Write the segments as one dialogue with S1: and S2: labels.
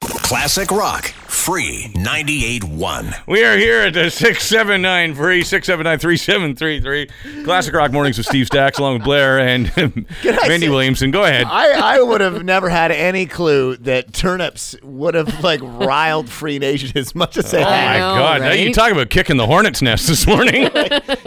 S1: Classic Rock, free 98.1.
S2: We are here at the 679 free 679 3733. Classic Rock Mornings with Steve Stacks along with Blair and Mindy
S3: say-
S2: Williamson. Go ahead.
S3: I, I would have never had any clue that turnips would have like riled Free Nation as much as they
S2: Oh, My
S3: have.
S4: know,
S2: God, now you
S4: right?
S2: talk about kicking the hornet's nest this morning.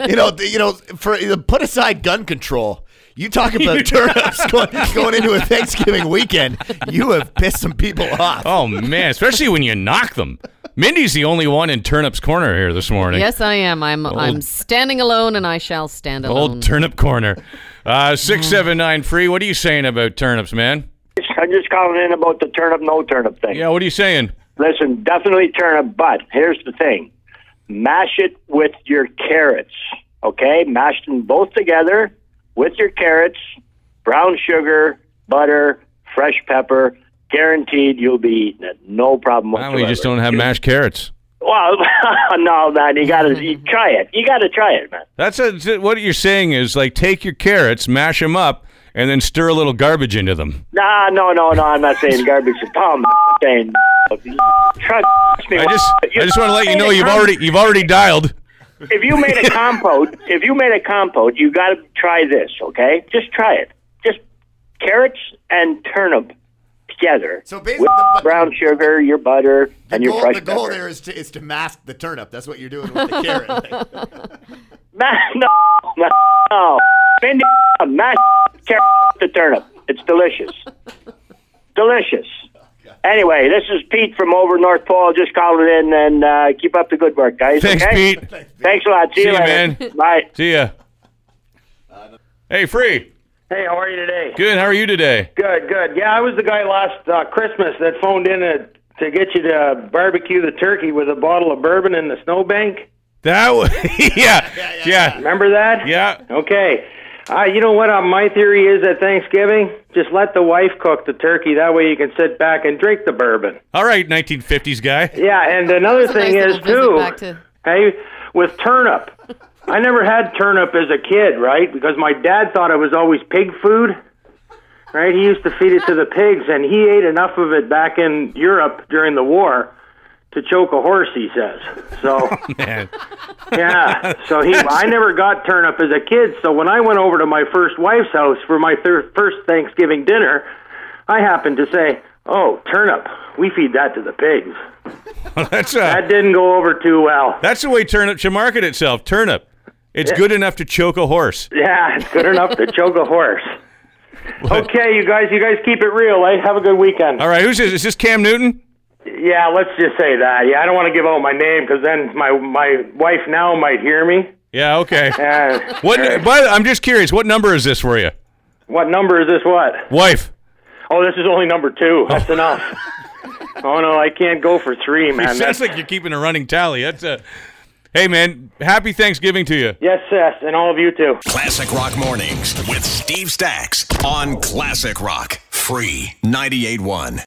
S3: You know, th- you know, for put aside gun control. You talk about turnips going, going into a Thanksgiving weekend. You have pissed some people off.
S2: oh man, especially when you knock them. Mindy's the only one in Turnip's corner here this morning.
S4: Yes, I am. I'm I'm standing alone, and I shall stand alone.
S2: Old Turnip corner. Uh,
S4: mm.
S2: 679 free. What are you saying about turnips, man?
S5: I'm just calling in about the turnip, no turnip thing.
S2: Yeah, what are you saying?
S5: Listen, definitely turnip, but here's the thing mash it with your carrots, okay? Mash them both together with your carrots, brown sugar, butter, fresh pepper. Guaranteed you'll be eating it. No problem
S2: Well,
S5: whatsoever.
S2: we just don't have mashed carrots.
S5: Well, no, man, you gotta you try it. You gotta try it, man.
S2: That's a, what you're saying is like take your carrots, mash them up, and then stir a little garbage into them.
S5: Nah, no, no, no. I'm not saying garbage is dumb. I'm saying trust me.
S2: I just I just want to let you know you've already you've already dialed.
S5: if you made a compote, if you made a compote, you got to try this. Okay, just try it. Just carrots and turnip together.
S3: So basically,
S5: with
S3: the bu-
S5: brown sugar, your butter,
S3: The
S5: and your
S3: goal,
S5: fresh
S3: the goal
S5: pepper.
S3: there is to, is to mask the turnip. That's what you're doing with the carrot.
S5: Ma- no, no, no. Bend it down, mash carrot with the turnip. It's delicious. Delicious. Anyway, this is Pete from over North Pole. Just calling in and uh, keep up the good work, guys.
S2: Thanks,
S5: okay?
S2: Pete.
S5: Thanks a lot. See,
S2: See
S5: you
S2: you,
S5: later.
S2: man.
S5: Bye.
S2: See ya. Hey, free.
S6: Hey, how are you today?
S2: Good. How are you today?
S6: Good, good. Yeah, I was the guy last uh, Christmas that phoned in uh to get you to barbecue the turkey with a bottle of bourbon in the snowbank.
S2: That was yeah, yeah, yeah,
S6: Remember that? Okay. Uh, you know what? Uh, my theory is at Thanksgiving, just let the wife cook the turkey. That way you can sit back and drink the bourbon.
S2: All right, 1950s guy.
S6: Yeah, and another
S4: That's a
S6: thing
S4: nice
S6: is,
S4: little visit
S6: too,
S4: back to-
S6: hey, with turnip. I never had turnip as a kid, right? Because my dad thought it was always pig food, right? He used to feed it to the pigs, and he ate enough of it back in Europe during the war to choke a horse, he says. So,
S2: Man.
S6: yeah. So he, I never got turnip as a kid. So when I went over to my first wife's house for my thir- first Thanksgiving dinner, I happened to say, "Oh, turnip. We feed that to the pigs."
S2: That's uh,
S6: That didn't go over too well.
S2: that's the way turnip should market itself. Turnip. It's good enough to choke a horse.
S6: Yeah, it's good enough to choke a horse. Okay, you guys, you guys keep it real, eh? Have a good weekend.
S2: All right, who's this? Is this Cam Newton?
S6: Yeah, let's just say that. Yeah, I don't want to give out my name because then my my wife now might hear me.
S2: Yeah. Okay.
S6: Uh,
S2: What? By the, I'm just curious. What number is this for you,
S6: what number is this? What?
S2: wife?
S6: Oh, this is only number two. That's enough. Oh no, I can't go for three, man.
S2: Sounds like you're keeping a running tally. That's a. Hey, man. Happy Thanksgiving to you.
S6: yes, yes, and all of you too.
S1: Classic Rock Mornings with Steve Stacks on Classic Rock, free 98.1.